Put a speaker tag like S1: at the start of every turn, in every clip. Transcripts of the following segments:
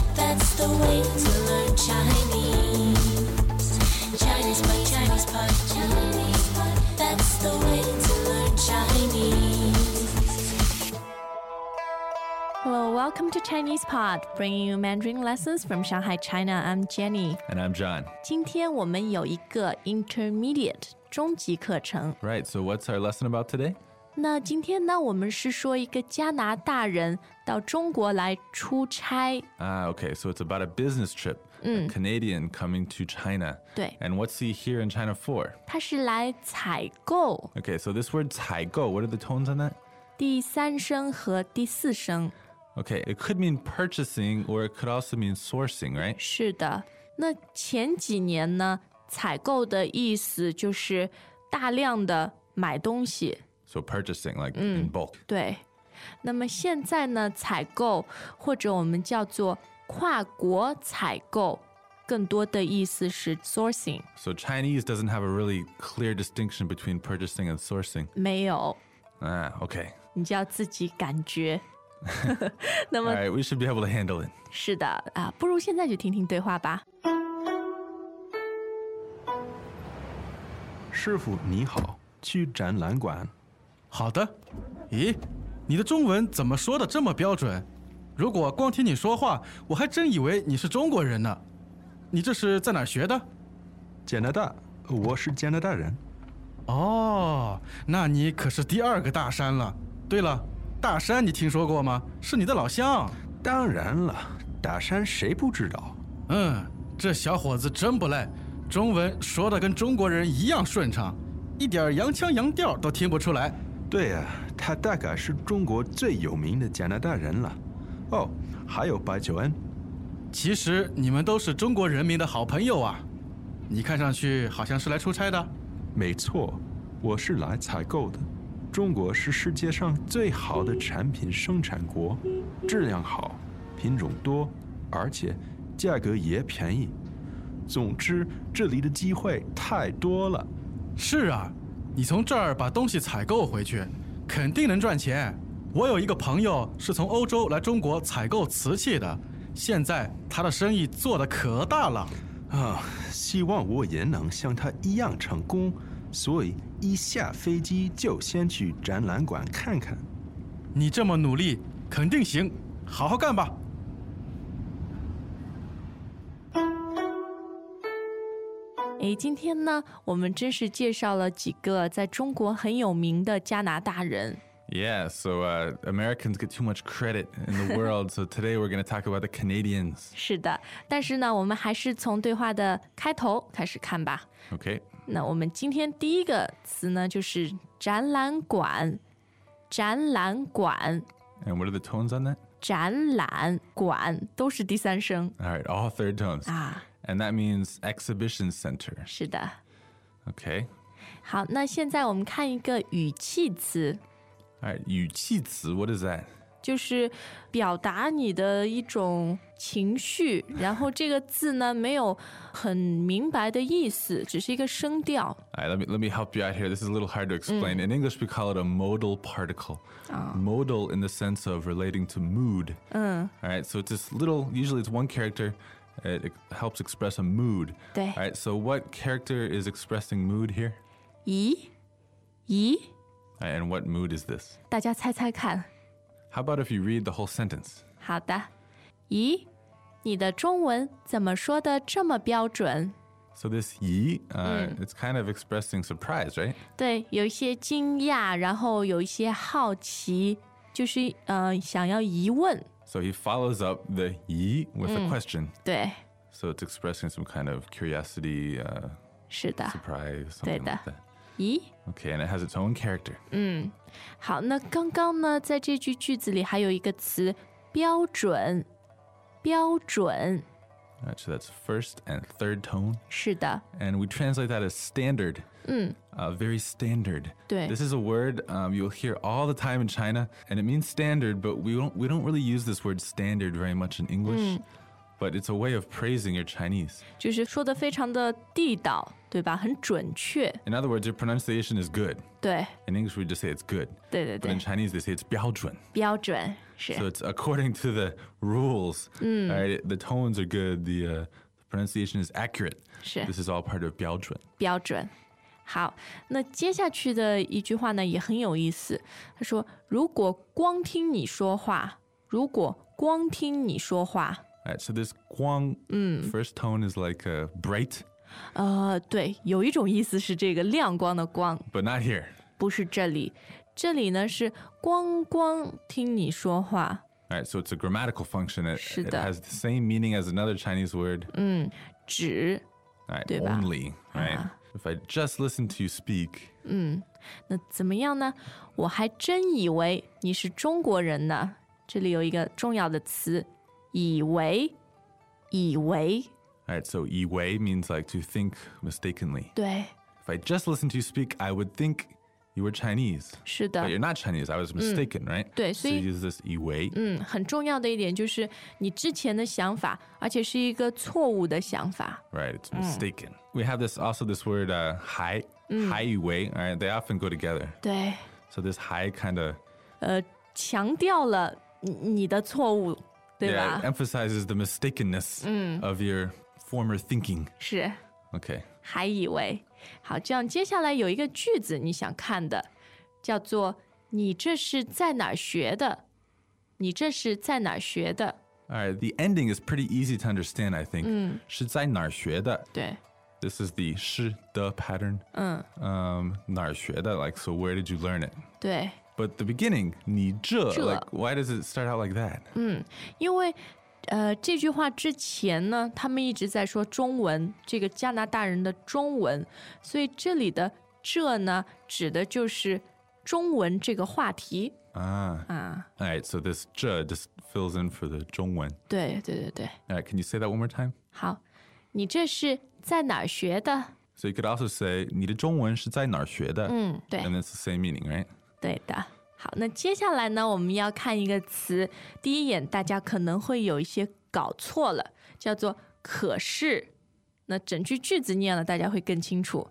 S1: a way to learn Chinese. Chinese pot, Chinese pot, Chinese pot. That's the way to learn Chinese.
S2: Hello, welcome to Chinese Pod, bringing you Mandarin lessons from Shanghai, China. I'm Jenny.
S3: And I'm John.
S2: 今天我们有一个 intermediate 中级课程。
S3: Right, so what's our lesson about today?
S2: 那今天呢，我们是说一个加拿大人到中国来出差。
S3: Ah, okay, so it's about a business trip. A Canadian coming to China.
S2: 对
S3: And what's he here in China for?
S2: 他是来采购
S3: Okay, so this word 采购, what are the tones on that?
S2: 第三声和第四声。
S3: Okay, it could mean purchasing or it could also mean sourcing, right?
S2: 是的，那前几年呢，采购的意思就是大量的买东西。
S3: So purchasing, like in bulk.
S2: 对，那么现在呢，采购或者我们叫做跨国采购，更多的意思是 sourcing，
S3: So Chinese doesn't have a really clear distinction between purchasing and sourcing.
S2: 没有，
S3: Ah, okay.
S2: 你就要自己感觉。 那
S3: All
S2: 么
S3: right, we should be able to handle it.
S2: 是的啊，不如现在就听听对话吧。
S4: 师傅你好，去展览馆。
S5: 好的。咦，你的中文怎么说的这么标准？如果光听你说话，我还真以为你是中国人呢。你这是在哪儿学的？
S4: 加拿大，我是加拿大人。
S5: 哦，那你可是第二个大山了。对了，大山你听说过吗？是你的老乡。
S4: 当然了，大山谁不知道？
S5: 嗯，这小伙子真不赖，中文说的跟中国人一样顺畅，一点儿洋腔洋调都听不出来。
S4: 对呀、他大概是中国最有名的加拿大人了。哦，还有白求恩。
S5: 其实你们都是中国人民的好朋友啊。你看上去好像是来出差的。
S4: 没错，我是来采购的。中国是世界上最好的产品生产国，质量好，品种多，而且价格也便宜。总之，这里的机会太多了。
S5: 是啊，你从这儿把东西采购回去，肯定能赚钱。我有一个朋友是从欧洲来中国采购瓷器的，现在他的生意做得可大了。
S4: 啊，希望我也能像他一样成功，所以一下飞机就先去展览馆看看。
S5: 你这么努力，肯定行，好好干吧。
S2: 诶，今天呢，我们真是介绍了几个在中国很有名的加拿大人。
S3: Yeah, so uh, Americans get too much credit in the world. so today we're going to talk about the Canadians.
S2: 是的，但是呢，我们还是从对话的开头开始看吧。
S3: Okay,
S2: 那我们今天第一个词呢，就是展览馆，展览馆，
S3: and what are the tones on that?
S2: 展览馆都是第三声
S3: All right, all third tones.
S2: 啊。
S3: And that means exhibition center.
S2: 是的，
S3: Okay.
S2: 好，那现在我们看一个语气词，
S3: All right, 语气词, what is that?
S2: 就是表达你的一种情绪，然后这个字呢没有很明白的意思，只是一个声调。
S3: All right, let me let me help you out here. This is a little hard to explain. In English, we call it a modal particle. Modal in the sense of relating to mood. All right, so it's this little. Usually, it's one character. It, it helps express a mood.
S2: 对
S3: All right, so what character is expressing mood here?
S2: 咦，咦，
S3: All right, and what mood is this?
S2: 大家猜猜看。
S3: How about if you read the whole sentence?
S2: 好的。咦，你的中文怎么说的这么标准？
S3: So this yi, uh, it's kind of expressing surprise, right?
S2: 对，有一些惊讶，然后有一些好奇，就是呃想要疑问。
S3: So he follows up the yi with a question.
S2: 对，
S3: So it's expressing some kind of curiosity, uh,
S2: 是的。
S3: surprise, something like that.
S2: 咦，
S3: Okay, and it has its own character.
S2: 好，那刚刚呢，在这句句子里还有一个词“标准”，标准，
S3: All right, so that's first and third tone.
S2: 是的，
S3: And we translate that as standard. Uh, very standard.
S2: 对
S3: This is a word um, you'll hear all the time in China, and it means standard, but we don't, we don't really use this word standard very much in English. but it's a way of praising your Chinese.
S2: 就是说的非常的地道，对吧？很准确，
S3: In other words, your pronunciation is good.
S2: 对
S3: In English, we just say it's good.
S2: 对对
S3: But
S2: 对
S3: in，Chinese, they say it's 标准.
S2: 标准是
S3: So it's according to the rules. Right? The tones are good. The uh, pronunciation is accurate.
S2: 是
S3: This is all part of 标准.
S2: 标准。好，那接下去的一句话呢也很有意思。他说：“如果光听你说话，如果光听你说话，
S3: Right, so this guang first tone is like uh, bright,
S2: 呃，对，有一种意思是这个亮光的光，
S3: but not here.
S2: 不是这里，这里呢是光光听你说话。
S3: All right, so it's a grammatical function. It, it
S2: 是的。
S3: has the same meaning as another Chinese word.
S2: 嗯只
S3: All right,
S2: 对吧？
S3: only. Right. If I just listen to you speak,
S2: 嗯那怎么样呢？我还真以为你是中国人呢。这里有一个重要的词，以为，以为，
S3: all right, so yi wei means like to think mistakenly.
S2: 对，
S3: If I just listened to you speak, I would think you were Chinese.
S2: 是的
S3: But。you're not Chinese. I was mistaken, right?
S2: 对，
S3: So
S2: 所以-
S3: you use this yi wei.
S2: 嗯，很重要的一点就是你之前的想法，而且是一个错误的想法。
S3: Right, it's mistaken. We have this also this word uh, hai, hai yi wei. All right, they often go together.
S2: 对，
S3: So this hai kind of
S2: 呃，强调了你你的错误，对吧
S3: yeah, it？emphasizes the mistakenness of your former thinking.
S2: 是，
S3: Okay.
S2: 还以为。好，这样接下来有一个句子你想看的，叫做“你这是在哪儿学的？你这是在哪儿学的
S3: All right, the ending is pretty easy to understand, I think. 是在哪儿学的?？”
S2: 对，
S3: This is the 是 the pattern. Um, 哪儿学的? Like, so where did you learn it?
S2: 对，
S3: But the beginning, 你这,
S2: 这。
S3: like, why does it start out like that?
S2: 因为呃这句话之前呢，他们一直在说中文，这个加拿大人的中文，所以这里的“这”呢，指的就是中文这个话题
S3: Ah.
S2: 啊。
S3: All right, so this 这 just fills in for the 中文.
S2: 对对对对，
S3: All right, can you say that one more time?
S2: 好，你这是在哪儿学的？
S3: So you could also say 你的中文是在哪儿学的?
S2: 嗯，对
S3: And it's the same meaning, right?
S2: 对的。好，那接下来呢，我们要看一个词，第一眼大家可能会有一些搞错了，叫做“可是”。那整句句子念了，大家会更清楚。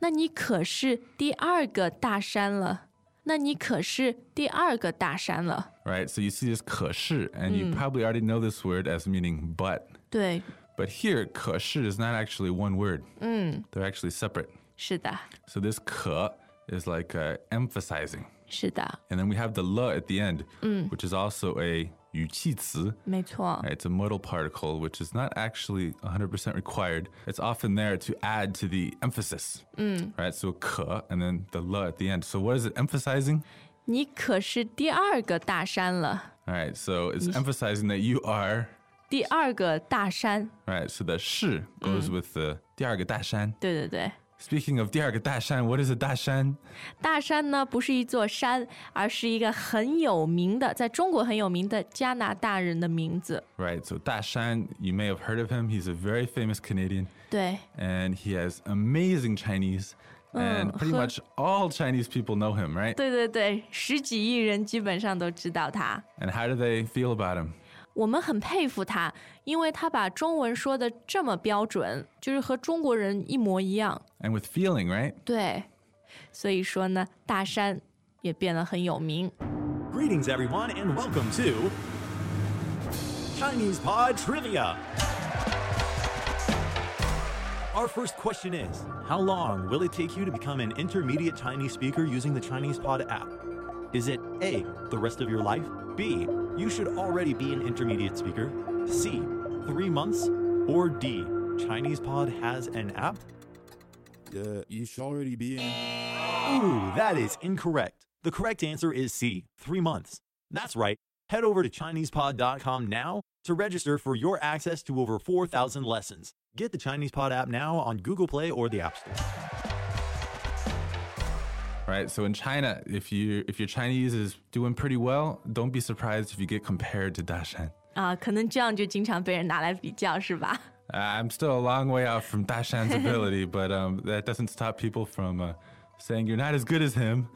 S2: 那你可是第二个大山了，那你可是第二个大山了。
S3: Right? So you see this 可是, and you probably already know this word as meaning but.
S2: 对，
S3: But here, 可是 is not actually one word. They're actually separate.
S2: 是的，
S3: So this 可 is like uh, emphasizing.
S2: 是的，
S3: And then we have the 了 at the end, which is also a 语气词.
S2: 没错
S3: Right, It's a modal particle, which is not actually 100% required. It's often there to add to the emphasis. Right? So 可 and then the 了 at the end. So what is it emphasizing?
S2: 你可是第二个大山了，
S3: All right, so it's emphasizing that you are.
S2: 第二个大山。
S3: Right, so the 是 goes with the 第二个大山.
S2: 对对对，
S3: Speaking of 第二个大山, what is a 大山?
S2: 大山呢，不是一座山，而是一个很有名的，在中国很有名的加拿大人的名字。
S3: Right, so 大山, you may have heard of him. He's a very famous Canadian
S2: 对
S3: and he has amazing Chinese. And pretty
S2: huh.
S3: much all Chinese people know him, right?
S2: 对对对，十几亿人基本上都知道他。
S3: And how do they feel about him?
S2: 我们很佩服他，因为他把中文说的这么标准，就是和中国人一模一样。
S3: And with feeling, right?
S2: 对，所以说呢，大山也变得很有名。
S6: Greetings, everyone, and welcome to Chinese Pod Trivia. Our first question is How long will it take you to become an intermediate Chinese speaker using the Chinese Pod app? Is it A, the rest of your life? B, you should already be an intermediate speaker? C, three months? Or D, Chinese Pod has an app?
S7: Uh, you should already be in.
S6: Ooh, that is incorrect. The correct answer is C, three months. That's right. Head over to ChinesePod.com now to register for your access to over 4,000 lessons. Get the Chinese Pod app now on Google Play or the App Store.
S3: Right? So in China, if you if your Chinese is doing pretty well, don't be surprised if you get compared to Dashan.
S2: 啊，可能这样就经常被人拿来比较，是吧？
S3: I'm still a long way off from Dashan's ability, but um, that doesn't stop people from uh, saying you're not as good as him,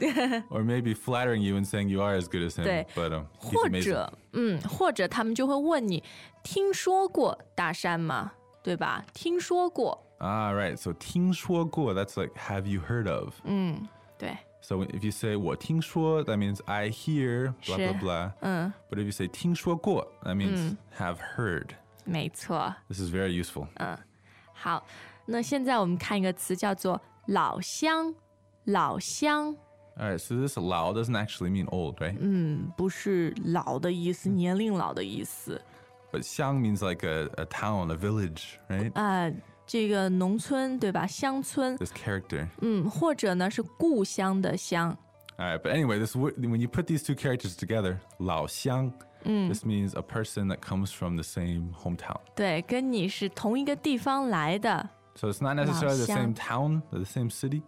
S3: or maybe flattering you and saying you are as good as him.
S2: 对
S3: But um, he's
S2: 或
S3: amazing.
S2: 者嗯，或者他们就会问你，听说过大山吗？对吧？听说过，
S3: Ah, right. So 听说过, that's like have you heard of?
S2: 嗯对
S3: So if you say 我听说, that means I hear, blah, blah,
S2: 是，
S3: blah.
S2: 嗯
S3: But if you say 听说过, that means have heard.
S2: 没错。
S3: This is very useful.
S2: 好，那现在我们看一个词叫做老乡，老乡
S3: All right. So this 老 doesn't actually mean old, right?
S2: 嗯不是老的意思，年龄老的意思。
S3: But 乡 means like a, a town, a village, right?
S2: 啊，这个农村对吧？乡村，
S3: this character.
S2: 嗯，或者呢是故乡的乡，
S3: All right. But anyway, this wo- when you put these two characters together, 老乡, this means a person that comes from the same hometown.
S2: 对，跟你是同一个地方来的，
S3: So it's not
S2: 老
S3: necessarily the
S2: 乡。
S3: same town, or the same city.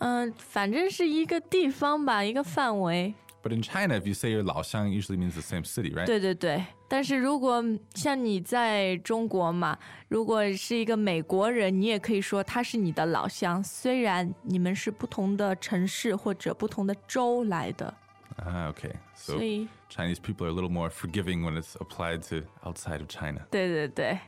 S2: 嗯、反正是一个地方吧，一个范围。
S3: But in China, if you say you're 老乡, it usually means the same city, right?
S2: 对对对，但是如果像你在中国嘛，如果是一个美国人，你也可以说他是你的老乡，虽然你们是不同的城市或者不同的州来的，
S3: Ah, okay. So
S2: 所以
S3: Chinese people are a little more forgiving when it's applied to outside of China.
S2: 对对对，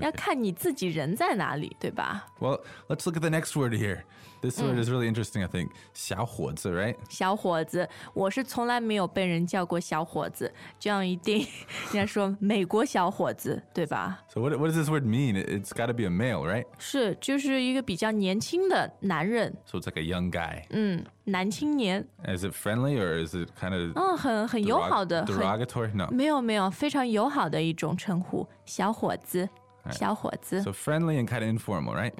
S2: 要看你自己人在哪里，对吧？
S3: Well, let's look at the next word here. This word is really interesting, I think. 小伙子, right?
S2: 小伙子，我是从来没有被人叫过小伙子，这样一定人家说美国小伙子，对吧？
S3: So what, what does this word mean? It, it's got to be a male, right?
S2: 是，就是一个比较年轻的男人，
S3: So it's like a young guy.
S2: 嗯，男青年，
S3: Is it friendly or is it kind of
S2: 嗯，很很友好的，很
S3: derogatory? No.
S2: 没有没有，非常友好的一种称呼，小伙子，小伙子。
S3: 哎
S2: 嗯
S3: So friendly and kind of informal, right?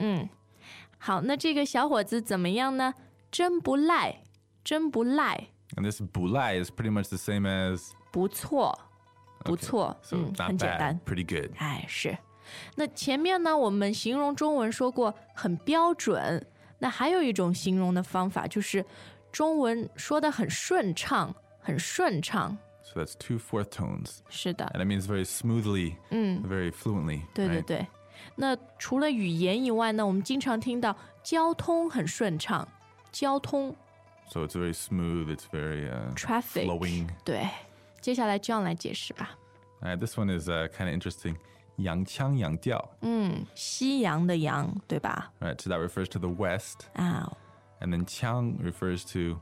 S2: 好，那这个小伙子怎么样呢？真不赖，真不赖，
S3: And this bulai is pretty much the same as
S2: 不错，不错
S3: so
S2: 嗯，
S3: not
S2: Mm, 很简
S3: bad,
S2: 单。
S3: pretty good.
S2: 哎，是。那前面呢，我们形容中文说过很标准，那还有一种形容的方法就是中文说的很顺畅，很顺畅。
S3: So that's two fourth tones.
S2: 是的，
S3: And it means very smoothly, very fluently.
S2: Uh. Mm. 对对
S3: right?
S2: 对。那除了语言以外呢，我们经常听到交通很顺畅，交通
S3: So it's very smooth. It's very uh,
S2: traffic
S3: flowing.
S2: 对，接下来这样来解释吧。
S3: All right, this one is uh, kind of interesting. 洋腔洋调.
S2: Mm.
S3: All
S2: 西洋嗯的洋，对吧？
S3: right, so that refers to the West,
S2: 啊，
S3: and then 腔 refers to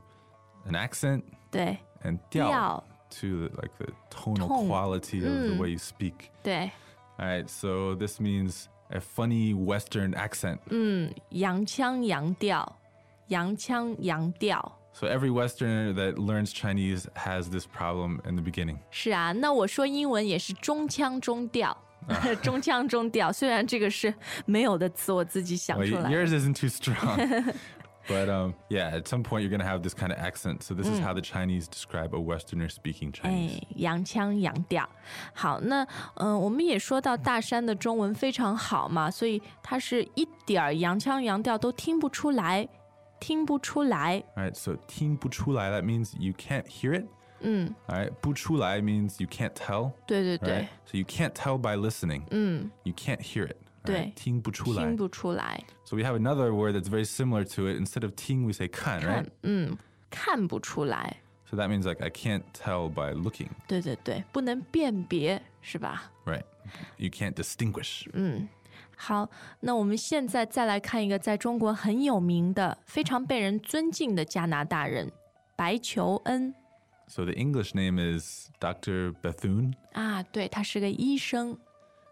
S3: an accent,
S2: 对
S3: and
S2: 调
S3: 调 to the, like the tonal
S2: Tone. Mm.
S3: quality of the way you speak.
S2: 对，
S3: All right, so this means a funny Western accent.
S2: 洋腔洋调，洋腔洋调。
S3: So every Westerner that learns Chinese has this problem in the beginning.
S2: 是啊，那我说英文也是中腔中调， 中腔中调。虽然这个是没有的词，我自己想
S3: Well,
S2: 出
S3: y-
S2: 来。
S3: yours isn't too strong. but um, yeah, at some point you're going to have this kind of accent. So this is how the Chinese describe a Westerner speaking
S2: 哎
S3: Chinese.，
S2: 洋腔洋调。好，那嗯、呃我们也说到大山的中文非常好嘛，所以他是一点儿洋腔洋调都听不出来，听不出来。
S3: All right, so 听不出来, that means you can't hear it. All right, 不出来 means you can't tell.
S2: 对对对
S3: Right?，So you can't tell by listening. You can't hear it. all right?
S2: 对，
S3: 听不出来.
S2: 听不出来，
S3: So we have another word that's very similar to it. Instead of 听, we say 看, right?
S2: 看不出来。
S3: So that means like I can't tell by looking,
S2: 对对对，不能辨别，是吧？
S3: right? You can't distinguish.
S2: 好，那我们现在再来看一个在中国很有名的、非常被人尊敬的加拿大人白求恩
S3: So the English name is Dr. Bethune.
S2: 啊，对，他是个医生，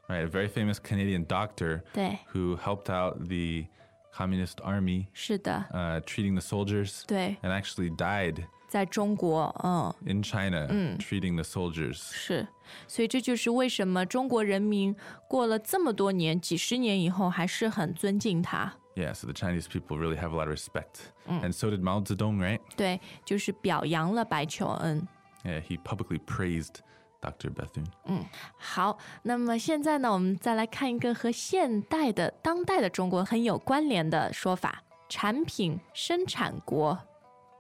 S3: Right, a very famous Canadian doctor
S2: 对，
S3: who helped out the communist army,
S2: 是的，
S3: uh, treating the soldiers,
S2: 对，
S3: and actually died
S2: 在中国，嗯，
S3: in China treating the soldiers.
S2: 是，所以这就是为什么中国人民过了这么多年、几十年以后还是很尊敬他，
S3: Yeah, so the Chinese people really have a lot of respect, and so did Mao Zedong. Right?
S2: 对，就是表扬了白求恩。
S3: Yeah, he publicly praised Dr. Bethune.
S2: 好，那么现在呢，我们再来看一个和现代的、当代的中国很有关联的说法：产品生产国，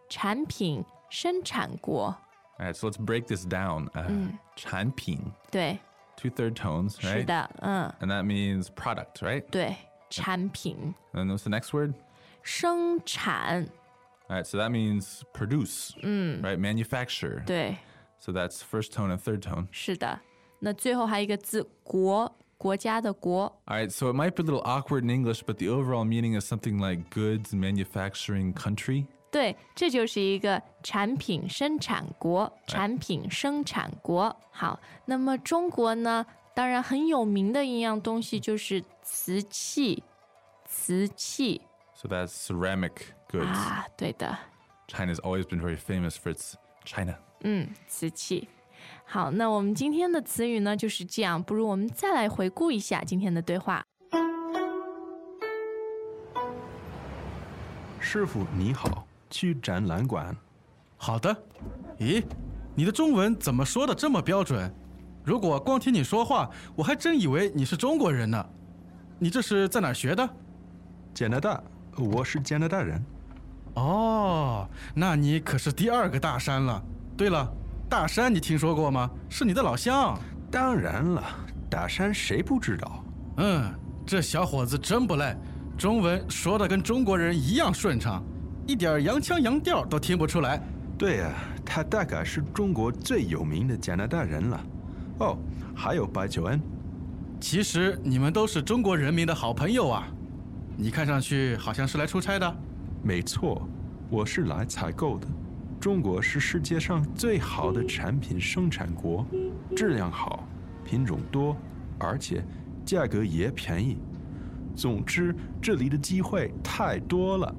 S2: 产品生产国，
S3: All right, so let's break this down. Uh, Chanping,
S2: 对，
S3: two third tones,
S2: 是
S3: right?
S2: 的，嗯，
S3: And that means product, right?
S2: 对，产品
S3: And what's the next word?
S2: 生产，
S3: All right, so that means produce, right? Manufacture.
S2: 对，
S3: So that's first tone and third tone.
S2: 是的。那最后还有一个字“国”，国家的“国
S3: All right, so it might be a little awkward in English, but the overall meaning is something like goods manufacturing country. ”。
S2: 对，这就是一个产品生产国，产品生产国。好，那么中国呢？当然很有名的一样东西就是瓷器，瓷器
S3: So that's ceramic goods.
S2: 啊，对的，
S3: China's always been very famous for its China.
S2: 嗯，瓷器。好，那我们今天的词语呢就是这样，不如我们再来回顾一下今天的对话。
S4: 师傅你好，去展览馆。
S5: 好的。咦，你的中文怎么说的这么标准？如果光听你说话，我还真以为你是中国人呢。你这是在哪儿学的？
S4: 加拿大，我是加拿大人。
S5: 哦，那你可是第二个大山了。对了，大山你听说过吗？是你的老乡。
S4: 当然了，大山谁不知道？
S5: 嗯，这小伙子真不赖，中文说的跟中国人一样顺畅，一点儿洋腔洋调都听不出来。
S4: 对呀、他大概是中国最有名的加拿大人了。哦，还有白求恩，
S5: 其实你们都是中国人民的好朋友啊！你看上去好像是来出差的。
S4: 没错，我是来采购的。中国是世界上最好的产品生产国，质量好，品种多，而且价格也便宜。总之，这里的机会太多了。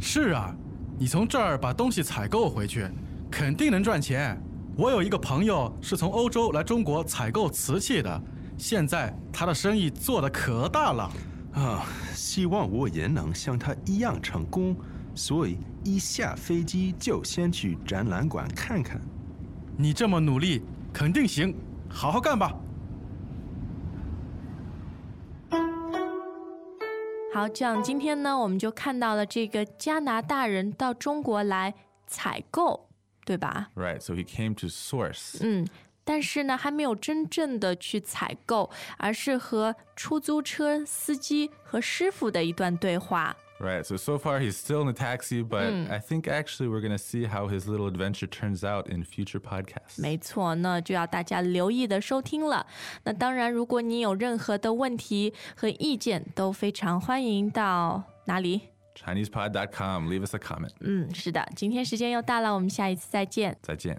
S5: 是啊，你从这儿把东西采购回去，肯定能赚钱。我有一个朋友是从欧洲来中国采购瓷器的，现在他的生意做得可大了。
S4: 啊，希望我也能像他一样成功，所以一下飞机就先去展览馆看看。
S5: 你这么努力，肯定行，好好干吧。”。
S2: 好，这样今天呢，我们就看到了这个加拿大人到中国来采购，对吧？
S3: Right, so he came to source.
S2: 嗯，但是呢，还没有真正的去采购，而是和出租车司机和师傅的一段对话。
S3: Right, so so far he's still in the taxi, but I think actually we're gonna see how his little adventure turns out in future podcasts.
S2: 没错，那就要大家留意的收听了。那当然，如果你有任何的问题和意见，都非常欢迎到哪里？
S3: ChinesePod.com, leave us a comment.
S2: 嗯，是的，今天时间又到了，我们下一次再见。
S3: 再见.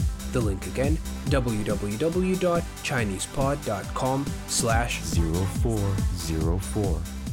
S8: The link again, www.chinesepod.com slash
S9: 0404